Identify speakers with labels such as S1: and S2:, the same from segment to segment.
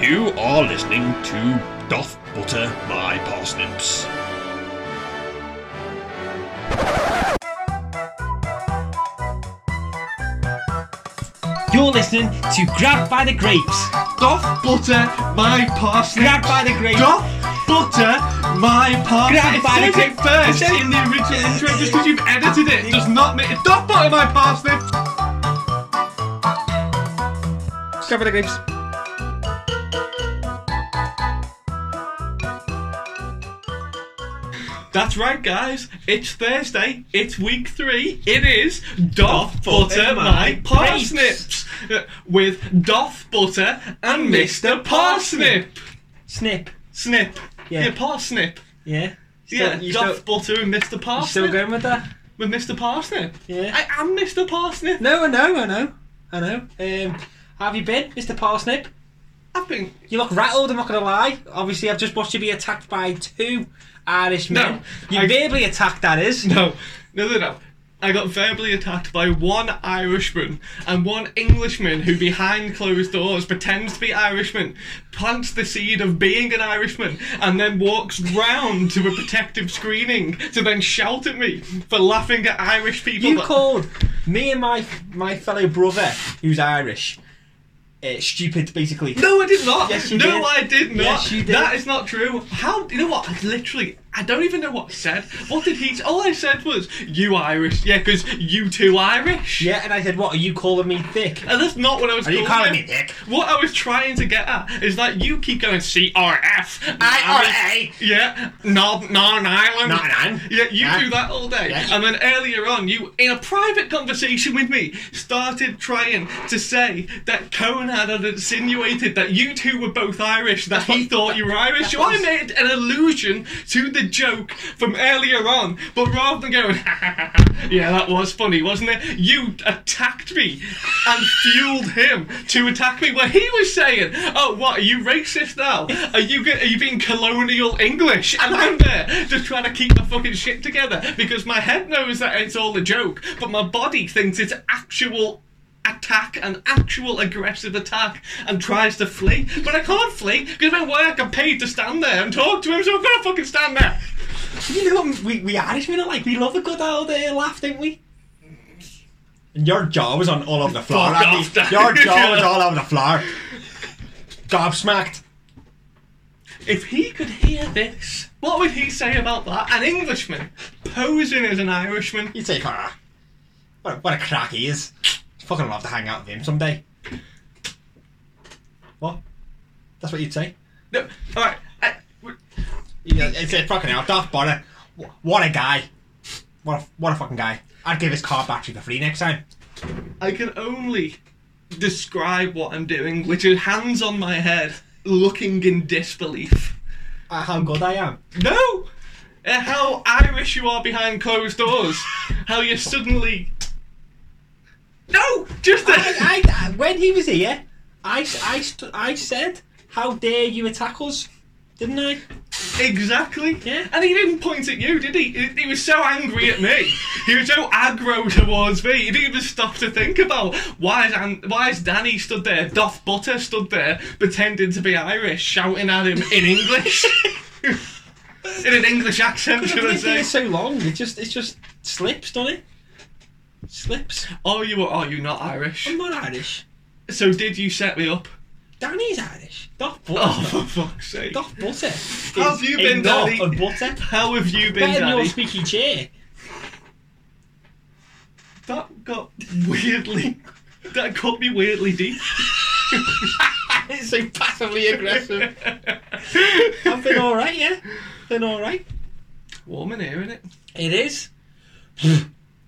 S1: You are listening to Doth Butter My Parsnips.
S2: You're listening to Grab by the Grapes.
S3: Doth butter my parsnip.
S2: Grab by the grapes.
S3: Doth butter my parsnip.
S2: Grab
S3: it
S2: by the
S3: says it
S2: grape-
S3: first
S2: it says-
S3: in the original intro. Just because you've edited it does not make it. Doth butter my parsnip. Grab by the grapes. That's right, guys. It's Thursday. It's week three. It is Doth Butter My Parsnips Uh, with Doth Butter and Mr. Parsnip.
S2: Snip.
S3: Snip.
S2: Yeah.
S3: Yeah, parsnip.
S2: Yeah.
S3: yeah,
S2: you
S3: Duff Butter and Mr. Parsnip.
S2: Still going with that?
S3: With Mr. Parsnip.
S2: Yeah.
S3: I am Mr. Parsnip.
S2: No, I know, I know, I know. Um, how have you been, Mr. Parsnip?
S3: I've been.
S2: You look rattled. I'm not gonna lie. Obviously, I've just watched you be attacked by two Irish men.
S3: No,
S2: you
S3: I-
S2: verbally attacked. That is.
S3: No, no, no, no. I got verbally attacked by one Irishman and one Englishman who, behind closed doors, pretends to be Irishman, plants the seed of being an Irishman, and then walks round to a protective screening to then shout at me for laughing at Irish people.
S2: You
S3: that-
S2: called me and my my fellow brother, who's Irish, uh, stupid, basically.
S3: No, I did not.
S2: Yes, you
S3: no,
S2: did.
S3: I did not.
S2: Yes, you did.
S3: That is not true. How? You know what? I literally, I don't even know what I said. What did he? All I said was, "You Irish, yeah, because you too Irish."
S2: Yeah, and I said, "What are you calling me thick?"
S3: And that's not what I was.
S2: Are you
S3: calling
S2: calling me
S3: him.
S2: thick?
S3: What I was trying to get at is that you keep going C R F
S2: I
S3: Yeah, Northern Northern Ireland.
S2: Northern Ireland.
S3: Yeah, you
S2: Yeah.
S3: do that all day.
S2: Yes.
S3: And then earlier on, you, in a private conversation with me, started trying to say that Cohen had insinuated that you two were both Irish, that he
S2: what-
S3: thought you were Irish. So I
S2: was-
S3: made an allusion to the joke from earlier on, but rather than going, yeah, that was funny, wasn't it? You attacked me and fueled him to attack me where he was saying, oh, what, are you racist now? Are you, get- are you being colonial English? And I'm there just trying to keep my fucking shit together because my head knows that it's all a joke, but my body thinks it's actual attack, an actual aggressive attack, and tries to flee. But I can't flee because my work, I'm paid to stand there and talk to him, so I've got to fucking stand there.
S2: You know what we, we Irishmen are like? We love a good old uh, laugh, don't we? And your jaw was on all over the floor.
S3: Fuck
S2: Andy.
S3: off, Dan.
S2: Your jaw was all over the floor. Gobsmacked.
S3: If he could hear this, what would he say about that? An Englishman posing as an Irishman.
S2: You take her. What a, what a crack he is. Fucking love to hang out with him someday. What? That's what you'd say.
S3: No, all right. I,
S2: Yeah, It's a fucking out. Darth Bonner. Wh- What a guy. What a, what a fucking guy. I'd give his car battery for free next time.
S3: I can only describe what I'm doing, which is hands on my head, looking in disbelief.
S2: Uh, how good I am.
S3: No! Uh, how Irish you are behind closed doors. How you suddenly. No! Just a.
S2: I, I, when he was here, I, I, st- I said, "How dare you attack us?" Didn't I?
S3: Exactly.
S2: Yeah.
S3: And he didn't point at you, did he? He he was so angry at me. He was so aggro towards me. He didn't even stop to think about why is An- why is Danny stood there, Doff Butter stood there, pretending to be Irish, shouting at him in English, in an English accent, should I
S2: It's been
S3: say?
S2: so long. It just it just slips, doesn't it? Slips.
S3: Are Oh, you or are you not Irish?
S2: I'm not Irish.
S3: So did you set me up?
S2: Danny's Irish. Doff butter.
S3: Oh, for fuck's sake!
S2: Doff butter.
S3: How
S2: is
S3: have you
S2: a
S3: been,
S2: knob
S3: Danny?
S2: Of butter.
S3: How have you been,
S2: Better than your
S3: Danny?
S2: squeaky chair.
S3: That got weirdly. That got me weirdly deep.
S2: it's so passively aggressive. I've been all right, yeah. Been all right.
S3: Warm in here, innit?
S2: It is.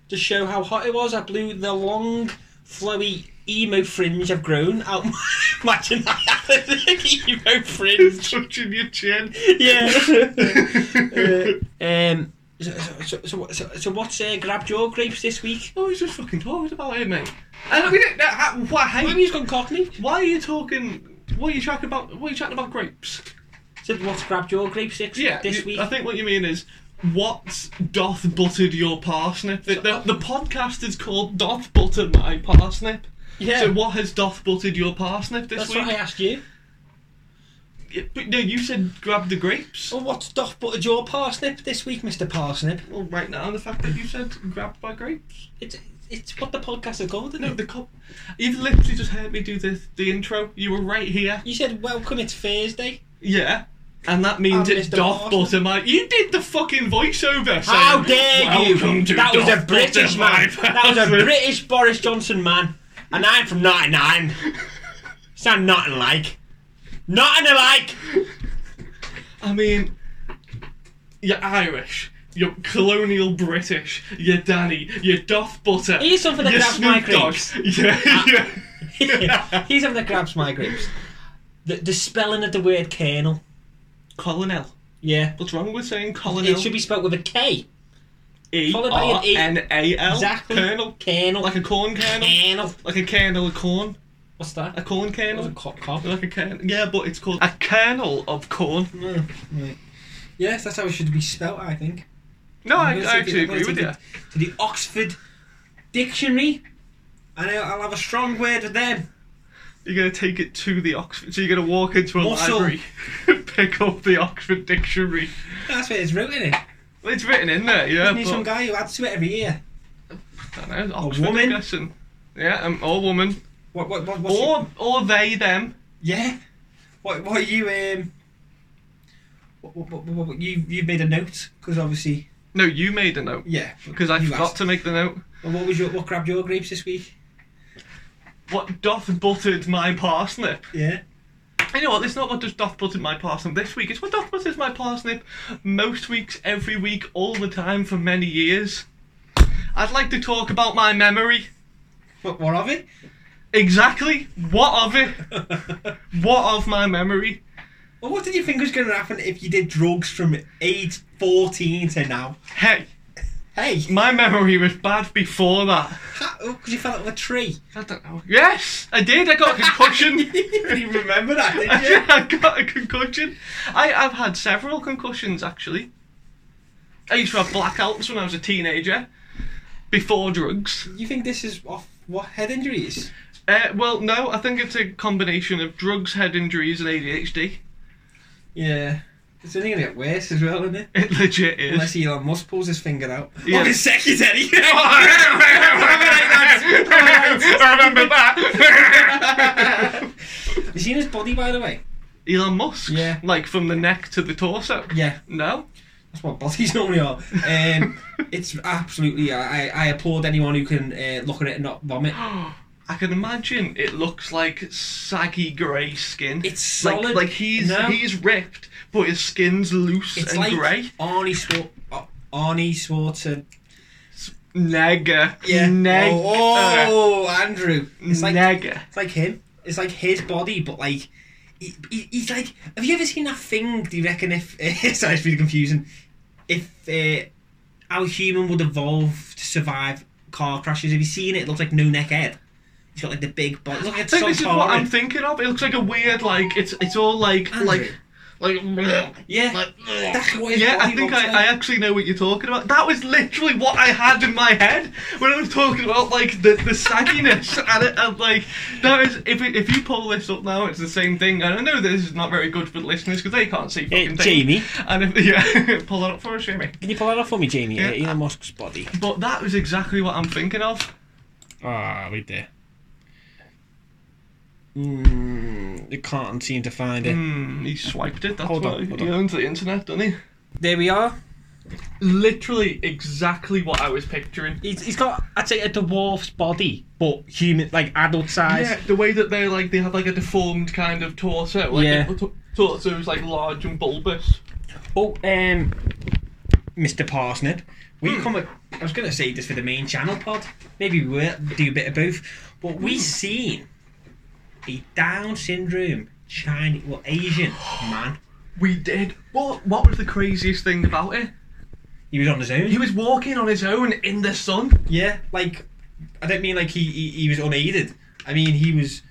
S2: to show how hot it was, I blew the long, flowy emo fringe I've grown out. Imagine that emo
S3: It's
S2: fringe.
S3: touching your chin.
S2: Yeah. Uh, um. So, so, so, so, so what's uh, grabbed your grapes this week?
S3: oh, he's just fucking talking about it, mate. And we didn't. Uh, why,
S2: Maybe
S3: hey,
S2: he's gone cockney.
S3: why are you talking? What are you chatting about? What are you chatting about grapes?
S2: Said what's grabbed your grapes this,
S3: Yeah,
S2: this
S3: you-
S2: week?
S3: I think what you mean is. What doth buttered your parsnip? The, the, the podcast is called Doth Butter My Parsnip.
S2: yeah.
S3: So what has doth buttered your parsnip this
S2: That's
S3: week?
S2: what I asked you.
S3: Yeah, but no, you said grab the grapes. Oh,
S2: Well, what's doff buttered your parsnip this week, Mr. Parsnip?
S3: Well, right now, the fact that you said grab by grapes.
S2: It's it's what the podcast is called, isn't
S3: No,
S2: it?
S3: the cop. You've literally just heard me do the the intro. You were right here.
S2: You said, welcome, it's Thursday.
S3: Yeah. And that means
S2: And
S3: it's
S2: Mr.
S3: Doth
S2: Marston.
S3: Butter My. You did the fucking voiceover. Saying,
S2: How dare
S3: "Welcome
S2: you!
S3: To
S2: that was
S3: Doth
S2: a British
S3: Butter My
S2: man. That was a
S3: Person."
S2: British Boris Johnson man. And I'm from 99. Sound nothing like. Nothing alike!
S3: I mean, you're Irish. You're colonial British. You're Danny. You're Doth Butter.
S2: Here's something that
S3: you're
S2: grabs my Ah.
S3: Snoop Dogg. Yeah, yeah.
S2: He's having the grabs my grapes. The, the spelling of the word colonel.
S3: Colonel.
S2: Yeah.
S3: What's wrong with saying colonel?
S2: It should be spelt with a K.
S3: E
S2: followed by
S3: R
S2: an E.
S3: N A L.
S2: Exactly.
S3: Colonel.
S2: Colonel.
S3: Like a corn kernel.
S2: colonel.
S3: Like a kernel of corn.
S2: What's that?
S3: A corn
S2: That was a
S3: kernel.
S2: cop cop.
S3: Like a kernel. Yeah, but it's called a kernel of corn.
S2: Yes, that's how it should be spelt, I think.
S3: No, I,
S2: I'm gonna
S3: I
S2: take
S3: actually
S2: it- I'm
S3: agree
S2: gonna
S3: with
S2: take
S3: you.
S2: it To the Oxford Dictionary, and I'll, I'll have a strong word with them.
S3: You're going to take it to the Oxford. So you're going to walk into a
S2: Muscle.
S3: library, pick up the Oxford Dictionary.
S2: That's where it's written. Isn't it?
S3: Well, it's written in there, yeah.
S2: Isn't he
S3: but,
S2: some guy who adds to it every year?
S3: I don't know, Oxford,
S2: woman?
S3: I'm guessing. Yeah, um, or woman.
S2: What? What? What? What's your-
S3: Or, or they, them.
S2: yeah. What? What are you? Um. What? What? What? what, what you? You made a note because obviously.
S3: No, you made a note.
S2: Yeah.
S3: Because I
S2: You
S3: forgot
S2: asked.
S3: to make the note.
S2: Well, what was your? What grabbed your grapes this week?
S3: What doth buttered my parsnip?
S2: Yeah.
S3: You know what? It's not what does doth buttered my parsnip this week. It's what doth buttered my parsnip most weeks, every week, all the time for many years. I'd like to talk about my memory.
S2: What? What of it?
S3: Exactly. What of it? What of my memory?
S2: well, what did you think was going to happen if you did drugs from age fourteen to now?
S3: Hey,
S2: Hey,
S3: my memory was bad before that.
S2: because you fell out of a tree.
S3: I don't know. Yes, I did. I got a concussion.
S2: you didn't remember that, did you?
S3: I got a concussion. I, I've had several concussions actually. I used to have blackouts when I was a teenager, before drugs.
S2: You think this is off what head injuries?
S3: Uh, well, no, I think it's a combination of drugs, head injuries, and ADHD.
S2: Yeah. It's only gonna get worse as well, isn't it?
S3: It legit is.
S2: Unless Elon Musk pulls his finger out.
S3: Yeah.
S2: Or his secretary.
S3: I remember that.
S2: you seen his body, by the way?
S3: Elon Musk.
S2: Yeah.
S3: Like from the neck to the torso.
S2: Yeah,
S3: No.
S2: that's what bodies normally are. Um, it's absolutely. I, I I applaud anyone who can uh, look at it and not vomit.
S3: I can imagine it looks like saggy grey skin.
S2: It's
S3: like,
S2: solid.
S3: like he's
S2: No.
S3: he's ripped, but his skin's loose
S2: It's
S3: and
S2: like
S3: grey.
S2: Arnie Swart. Arnie Swarton.
S3: Nega.
S2: Yeah.
S3: Nega.
S2: Oh, oh, Andrew. It's like
S3: Nega.
S2: It's like him. It's like his body, but like. He, he, he's like, have you ever seen that thing? Do you reckon if sorry, it's really confusing. If uh, how a human would evolve to survive car crashes? Have you seen it? It looks like no neck head. He's got like the big body. Look,
S3: I
S2: it's
S3: think
S2: so
S3: this is
S2: far
S3: what I'm
S2: in.
S3: thinking of. It looks like a weird like it's it's all like
S2: Andrew.
S3: like like
S2: Yeah,
S3: like-
S2: that's what his
S3: Yeah, I
S2: body
S3: think
S2: looks
S3: I,
S2: like.
S3: I actually know what you're talking about. That was literally what I had in my head when I was talking about like the, the sagginess and, it, and like that is if it, if you pull this up now, it's the same thing. And I know this is not very good for the listeners because they can't see
S2: Eh,
S3: fucking things. And if, yeah, pull it up for us, Jamie.
S2: can you pull that off for me, Jamie?
S3: Yeah. Elon
S2: Musk's body.
S3: But that was exactly what I'm thinking of.
S2: Ah, wait there. Mm, you can't seem to find it.
S3: Hmm, he swiped it. That's
S2: Hold
S3: why
S2: on, hold
S3: he
S2: on.
S3: owns the internet, doesn't he?
S2: There we are.
S3: Literally exactly what I was picturing.
S2: He's, he's got, I'd say, a dwarf's body, but human, like adult size.
S3: Yeah, the way that they like they have like a deformed kind of torso. Like
S2: Yeah.
S3: the t- torso is like large and bulbous.
S2: Oh, um, Mr. Parsnip, we
S3: Hmm.
S2: come. A, I was going to say this for the main channel pod. Maybe we'll do a bit of both. But we
S3: Hmm.
S2: seen a Down syndrome Chinese, well, Asian man.
S3: We did. What what was the craziest thing about it?
S2: He was on his
S3: He
S2: own.
S3: was walking on his own in the sun.
S2: Yeah, like I don't mean like he he, he was unaided. I mean he was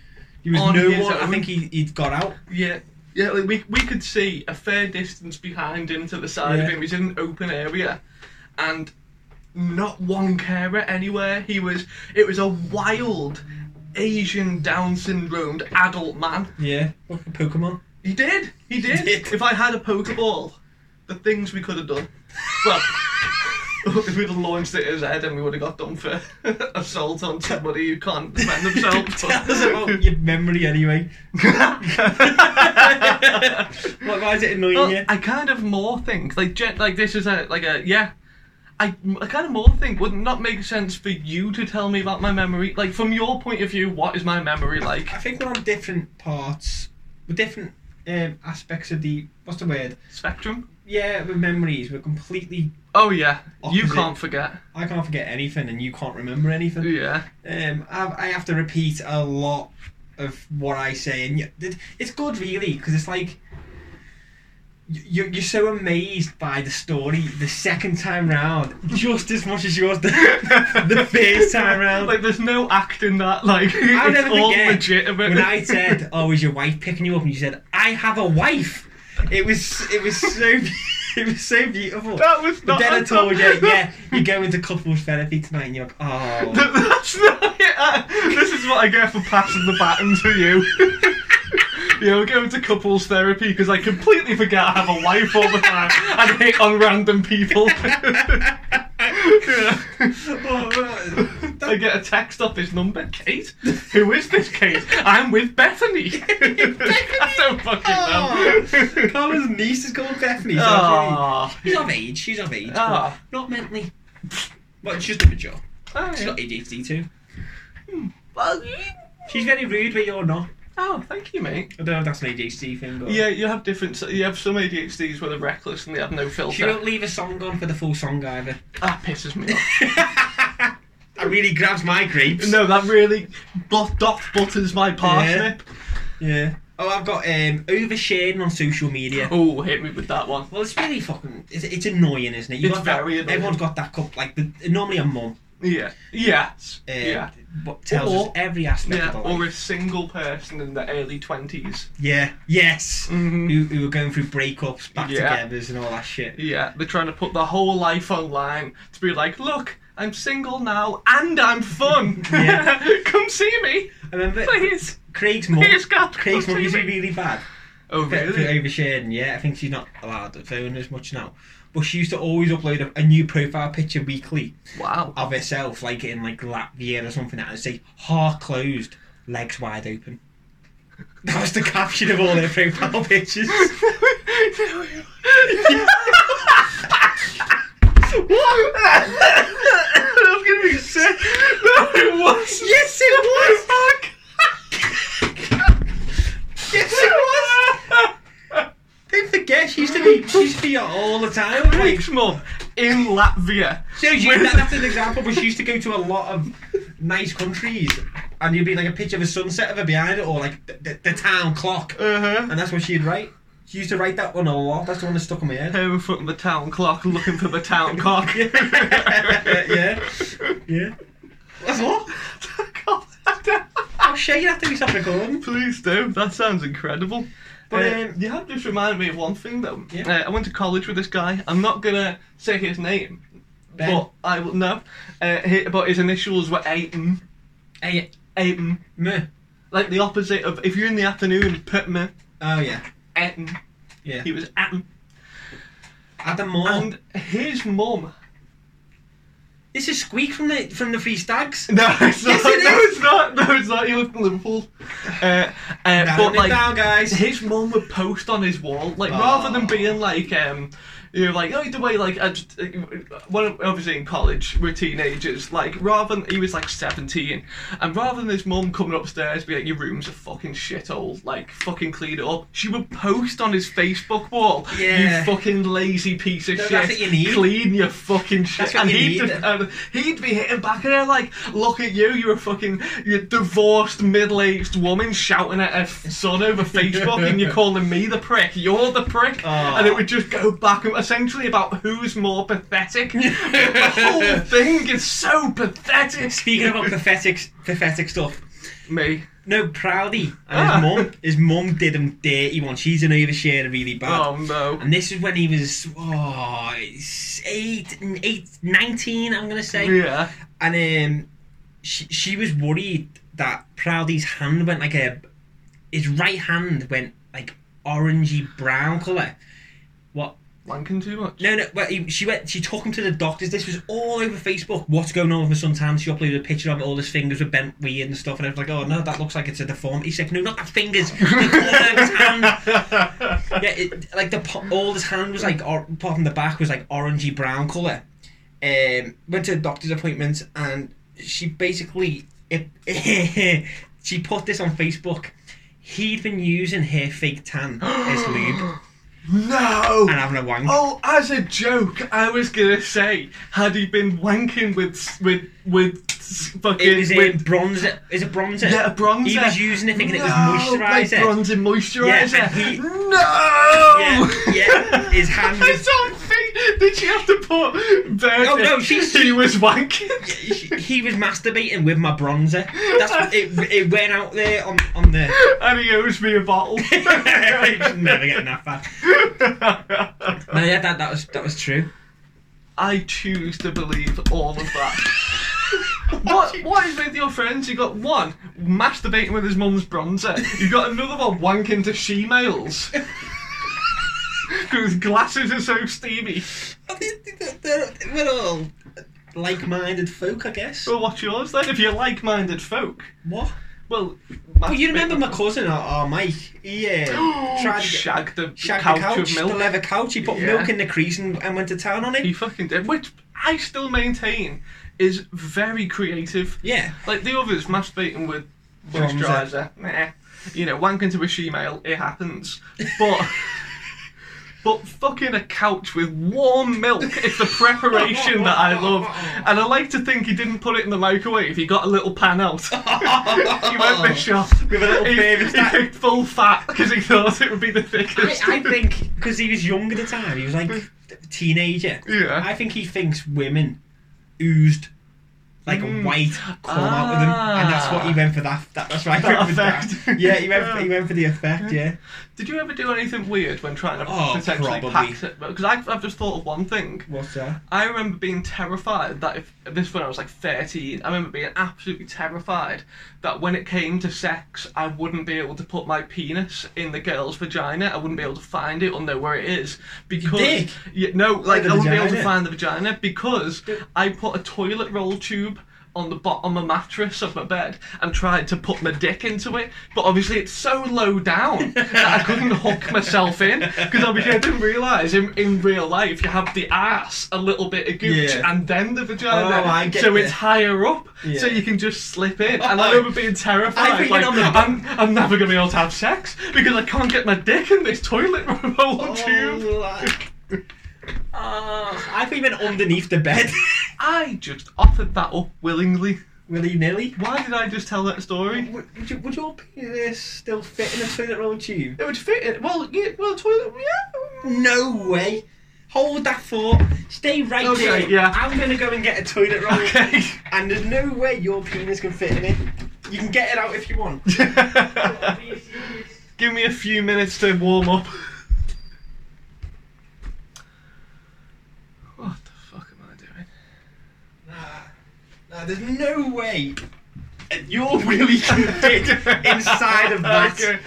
S2: he was
S3: On
S2: no
S3: his
S2: one. I
S3: own.
S2: think he he'd got out.
S3: Yeah. Yeah, like we we could see a fair distance behind him to the side of
S2: Yeah.
S3: him. He was in an open area and not one carer anywhere. He was it was a wild Asian Down syndromed adult man.
S2: Yeah, like a Pokemon.
S3: He did. He did.
S2: did.
S3: If I had a Pokeball, the things we could have done. Well, if we'd have launched it at his head and we would have got done for assault on somebody who can't defend themselves.
S2: Tell us about your memory anyway. What, why is it annoying
S3: Well,
S2: you?
S3: I kind of more think like gen- like this is a like a yeah. I, I kind of more think would not make sense for you to tell me about my memory. Like from your point of view, what is my memory like?
S2: I think we're on different parts, we're different um, aspects of the what's the word?
S3: Spectrum.
S2: Yeah, with memories, we're completely.
S3: Oh yeah, you
S2: Opposite.
S3: can't forget.
S2: I can't forget anything, and you can't remember anything.
S3: Yeah.
S2: Um, I, I have to repeat a lot of what I say, and y- it- it's good really because it's like y- you're you're so amazed by the story the second time round, just as much as yours the, the first time round.
S3: Like there's no act in that. Like
S2: I'll
S3: it's
S2: never
S3: all
S2: forget
S3: legitimate.
S2: when I said, "Oh, is your wife picking you up?" and you said, "I have a wife." It was it was so be- it was so beautiful.
S3: that was
S2: But
S3: not.
S2: then I
S3: that's
S2: told
S3: not-
S2: you, yeah, you go into couples therapy tonight, and you're like, oh,
S3: That's not it. Uh, This is what I get for passing the baton to you. You know, going to couples therapy because I completely forget I have a wife all the time and hate on random people. Yeah. I get a text off this number, Kate. Who is this Kate? I'm with Bethany. I don't fucking know.
S2: Carla's niece is called Bethany. So
S3: Aw.
S2: she's of age. She's of age.
S3: Ah.
S2: but Not mentally. But she's just a mature.
S3: Oh,
S2: She's
S3: yeah.
S2: got ADHD too.
S3: Well,
S2: She's very rude, but you're not.
S3: oh, thank you, mate.
S2: I don't know if that's an ADHD thing. But
S3: Yeah, you have different. You have some ADHDs where they're reckless and they have no filter.
S2: She won't leave a song on for the full song either.
S3: That pisses me off.
S2: That really grabs my grapes.
S3: No, that really bot dot butters my parsnip.
S2: Yeah. Oh, I've got um, oversharing on social media.
S3: Oh, hit me with that one.
S2: Well, it's really fucking. It's, it's annoying, isn't it? You've
S3: It's
S2: got that-
S3: very annoying.
S2: Everyone's got that cup. Like the, normally a mum.
S3: Yeah, yeah,
S2: Um,
S3: yeah,
S2: But tells
S3: Or-
S2: us every aspect
S3: yeah.
S2: of the
S3: Or
S2: life.
S3: a single person in their early twenties.
S2: Yeah. Yes.
S3: Mhm.
S2: Who, who are going through breakups, back
S3: Yeah.
S2: togethers, and all that shit.
S3: Yeah, they're trying to put their whole life online to be like, look, I'm single now and I'm fun.
S2: Yeah.
S3: come see me,
S2: I remember
S3: please.
S2: Craig's mum.
S3: Please, God,
S2: Craig's
S3: come
S2: mum
S3: see
S2: used to
S3: me.
S2: be really bad
S3: Oh
S2: for, for
S3: really?
S2: oversharing. Yeah, I think she's not allowed the phone as much now. But she used to always upload a, a new profile picture weekly.
S3: Wow.
S2: of herself, like in like Latvia or something, and it'd say heart closed, legs wide open. That was the caption of all their profile pictures.
S3: What? I was gonna be sick. No, it was.
S2: Yes, it was.
S3: Fuck.
S2: Yes, it was. Don't forget, she used to be she used to be all the time. Like,
S3: Next month in Latvia.
S2: so she, that, that's an example, but she used to go to a lot of nice countries, and you'd be like a picture of a sunset of her behind it, or like the, the, the town clock,
S3: Uh huh.
S2: and that's what she'd write. She used to write that one a lot. That's the one that stuck in my head.
S3: Home from the town clock, looking for the town clock.
S2: yeah, yeah. That's what. I'll show you after we stop recording.
S3: Please do. That sounds incredible.
S2: But,
S3: Uh,
S2: um,
S3: you have just reminded me of one thing though.
S2: Yeah.
S3: Uh, I went to college with this guy. I'm not gonna say his name,
S2: Ben.
S3: but I will know. Uh, hi- but his initials were Aiton.
S2: Hey,
S3: Aiton.
S2: me.
S3: Like the opposite of if you're in the afternoon, put me
S2: Oh yeah,
S3: Aiton.
S2: yeah.
S3: He was Aiton.
S2: Adam Moore.
S3: And his mum.
S2: this is Squeak from the from the Free Stags.
S3: No, it's
S2: Yes,
S3: not.
S2: it
S3: no,
S2: is.
S3: it's not. No, it's not. He lived in Liverpool. Uh, uh,
S2: Down
S3: but
S2: and
S3: like,
S2: down, guys. Oh.
S3: his mum would post on his wall, like
S2: Aw.
S3: rather than being like, um, you know, like oh, the way like I just, when obviously in college we're teenagers, like rather than he was like seventeen, and rather than his mum coming upstairs be like your room's a fucking shithole, like fucking clean it up, she would post on his Facebook wall,
S2: Yeah.
S3: you fucking lazy piece of
S2: No,
S3: shit,
S2: that's what you need.
S3: clean your fucking shit,
S2: That's what
S3: and
S2: you
S3: he'd
S2: need.
S3: just- and he'd be hitting back at her like, "Look at you! You're a fucking you divorced middle-aged woman shouting at her f- son over Facebook, and you're calling me the prick. You're the prick."
S2: Aw.
S3: And it would just go back and essentially about who's more pathetic. the whole thing is so pathetic.
S2: Speaking about pathetic pathetic stuff.
S3: Me.
S2: No, Proudy and
S3: Ah.
S2: his mum. His mum did him dirty once. She's an overshare really bad.
S3: Oh no.
S2: And this is when he was oh, it's eight, eight, 19, I'm gonna say.
S3: Yeah.
S2: and um, she she was worried that Proudy's hand went like a his right hand went like orangey brown colour. What?
S3: Wanking too much.
S2: No, no. Well, he, she went. She took him to the doctors. This was all over Facebook. What's going on with my son's hand? She uploaded a picture of it. All his fingers were bent weird and stuff. And I was like, oh no, that looks like it's a deformity. He's like, no, not the fingers. The colour of his hand. Yeah, it, like the po- all his hand was like, or, apart from the back was like orangey brown colour. Um, went to a doctor's appointment and she basically it, she put this on Facebook. He'd been using her fake tan as lube
S3: no.
S2: and having a wank.
S3: Oh, as a joke, I was gonna say, had he been wanking with s- with with s- fucking
S2: It was a
S3: with
S2: bronzer. Is it bronzer?
S3: yeah, a bronzer.
S2: He was using it thinking
S3: no,
S2: it was moisturizer.
S3: Like bronzing moisturizer.
S2: Yeah, and he-
S3: no.
S2: Yeah, yeah, his hand
S3: I
S2: was-
S3: don't think. Did she have to put? Verdict?
S2: Oh, no, she-
S3: He was wanking.
S2: He- he was masturbating with my bronzer. That's what it. It went out there on on the.
S3: and he owes me a bottle.
S2: Never getting that far. No, yeah, that, that was that was true.
S3: I choose to believe all of that. what what is with your friends? You got one masturbating with his mum's bronzer. You got another one wanking to she-males. Whose glasses are so steamy.
S2: We're all like-minded folk, I guess.
S3: Well, what's yours then? If you're like-minded folk,
S2: What?
S3: well,
S2: Oh, you remember my cousin, or, or Mike? Yeah, tried to get,
S3: shag the
S2: shagged
S3: couch,
S2: the couch,
S3: of
S2: the
S3: milk.
S2: leather couch. He put
S3: Yeah.
S2: milk in the crease and, and went to town on
S3: He
S2: it.
S3: fucking did, which I still maintain is very creative.
S2: Yeah.
S3: Like the others masturbating with
S2: Bronzer.
S3: moisturizer, nah. You know, wanking to a she-male, it happens. But but fucking a couch with warm milk is the preparation that I love. And I like to think he didn't put it in the microwave. He got a little pan out. he went this shop
S2: With a little
S3: he,
S2: favourite
S3: he
S2: stack.
S3: picked full fat because he thought it would be the
S2: I,
S3: thickest.
S2: I think because he was young at the time, he was like a teenager.
S3: Yeah.
S2: I think he thinks women oozed like
S3: Mm.
S2: white come out of them, and that's what he went for. That, that that's right.
S3: Ah. That
S2: he went for
S3: effect.
S2: That. Yeah, he went. He went for the effect. Yeah.
S3: Did you ever do anything weird when trying to
S2: Oh,
S3: potentially
S2: probably.
S3: pack it? Because I've, I've just thought of one thing.
S2: What's that?
S3: I remember being terrified that if this when I was like 13, I remember being absolutely terrified that when it came to sex, I wouldn't be able to put my penis in the girl's vagina. I wouldn't be able to find it or know where it is because
S2: did?
S3: Yeah, no, like
S2: the
S3: I wouldn't be able to
S2: vagina?
S3: find the vagina because I put a toilet roll tube. On the bottom of my mattress of my bed and tried to put my dick into it, but obviously it's so low down that I couldn't hook myself in because obviously I didn't realise in, in real life you have the ass a little bit of gooch
S2: Yeah.
S3: and then the vagina,
S2: Oh, I get
S3: so
S2: you.
S3: it's higher up,
S2: Yeah.
S3: so you can just slip in. And I remember being
S2: I
S3: terrified,
S2: think
S3: like
S2: I'm the-
S3: I'm, I'm never gonna be able to have sex because I can't get my dick in this toilet roll
S2: Oh.
S3: tube.
S2: ah, I think he went underneath the bed,
S3: I just offered that up willingly.
S2: willy nilly.
S3: Why did I just tell that story?
S2: Would, would, you, would your penis still fit in a toilet roll tube?
S3: It would fit it. Well, yeah, well, toilet. Yeah.
S2: No way. Hold that thought. Stay right
S3: Okay,
S2: there.
S3: yeah.
S2: I'm gonna go and get a toilet roll.
S3: Okay.
S2: And there's no way your penis can fit in it. You can get it out if you want.
S3: Give me a few minutes to warm up. What the fuck am I doing?
S2: No, there's no way you're really fit inside of that.
S3: Uh,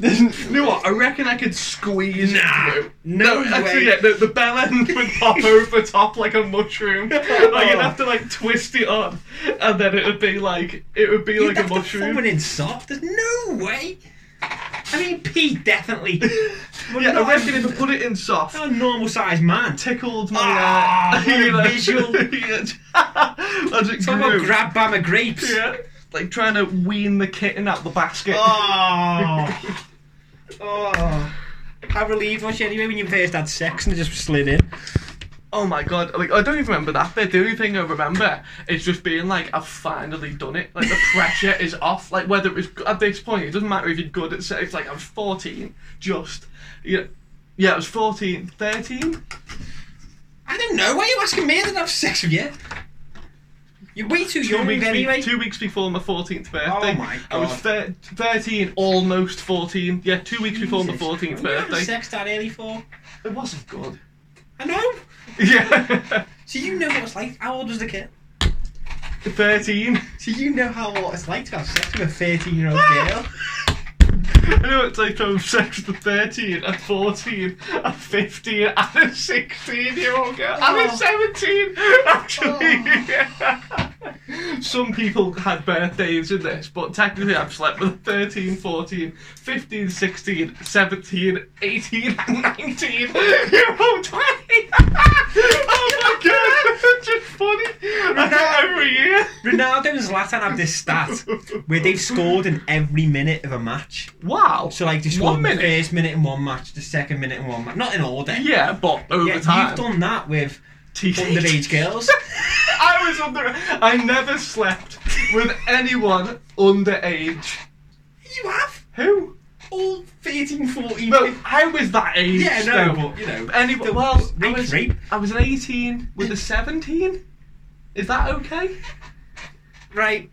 S3: Okay. You know what? I reckon I could squeeze.
S2: Nah,
S3: through.
S2: no
S3: actually,
S2: way.
S3: yeah, the, the bell end would pop over top like a mushroom. Like you'd
S2: Oh.
S3: have to like twist it on, and then it would be like it would be
S2: You'd
S3: like
S2: have
S3: a mushroom.
S2: to form it in soft. There's no way. I mean, pee definitely. But
S3: yeah,
S2: not
S3: I reckon
S2: a-
S3: if I put it in soft,
S2: not a normal sized man.
S3: tickled my.
S2: Ah,
S3: uh,
S2: what a
S3: you know,
S2: visual.
S3: yeah. As it
S2: Talk about
S3: grew.
S2: grab by my grapes.
S3: Yeah, like trying to wean the kitten out the basket.
S2: Oh. oh. How relieved was you anyway when you first had sex and it just slid in?
S3: Oh my god! Like I don't even remember that bit. The only thing I remember is just being like, "I've finally done it." Like the pressure is off. Like whether it was at this point, it doesn't matter if you're good at sex. Like I was 14, just yeah, yeah, I was 14, 13.
S2: I don't know. Why are you asking me? I didn't have sex with you. You're way too
S3: Two
S2: young
S3: weeks, be-
S2: anyway.
S3: two weeks before my 14th birthday.
S2: Oh my
S3: I was
S2: God.
S3: thir- 13, almost 14. Yeah, two weeks before my
S2: Jesus.
S3: 14th
S2: Were you having
S3: birthday.
S2: sex that early for?
S3: It wasn't good.
S2: I know.
S3: Yeah,
S2: So you know what it's like. How old was the kid?
S3: 13. Ah!
S2: So you know how what it's like to have sex with a 13 year old girl.
S3: I know it's like from sex to 13, a 14, a 15, and a 16 year old girl. I'm
S2: Oh.
S3: a 17, actually. Some people had birthdays in this, but technically I've slept with a 13, 14, 15, 16, 17, 18, and 19 year old 20. oh my god, that's just funny. I get every year.
S2: Ronaldo and Zlatan have this stat where they've scored in every minute of a match.
S3: Wow.
S2: So like they scored
S3: One
S2: in the
S3: minute?
S2: first minute in one match, the second minute in one match, not in order.
S3: Yeah, but over
S2: Yeah,
S3: time.
S2: you've done that with underage girls.
S3: I was under. I never slept with anyone underage.
S2: you have
S3: Who?
S2: all 13, 14.
S3: No, I was that age.
S2: yeah, no,
S3: though.
S2: but you know.
S3: Anyone?
S2: still,
S3: Well, I
S2: rape,
S3: was,
S2: rape.
S3: I was an 18 with a 17. Is that okay?
S2: Right,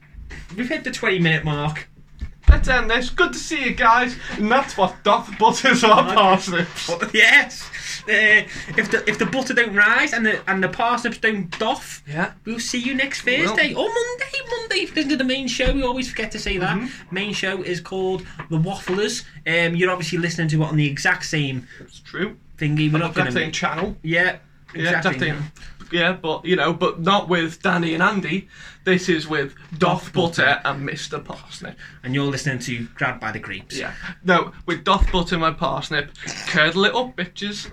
S2: we've hit the 20 minute mark.
S3: Let's end this. Good to see you guys. And that's what doth butters our parsnips.
S2: Yes. Uh, if the if the butter don't rise and the and the parsnips don't doff,
S3: Yeah.
S2: we'll see you next Thursday or Monday. Monday, if you listen to the main show, we always forget to say that.
S3: Mm-hmm.
S2: Main show is called The Wafflers. Um, you're obviously listening to it on the exact same
S3: It's true.
S2: thingy. We're not
S3: Exact
S2: going to.
S3: same channel.
S2: Yeah. Exactly.
S3: Yeah, exact same. Yeah, but you know, but not with Danny and Andy. This is with Doth Butter and Mr. Parsnip.
S2: and you're listening to Grab by the Creeps.
S3: Yeah. No, with Doth Butter and my parsnip. Curdle it up, bitches.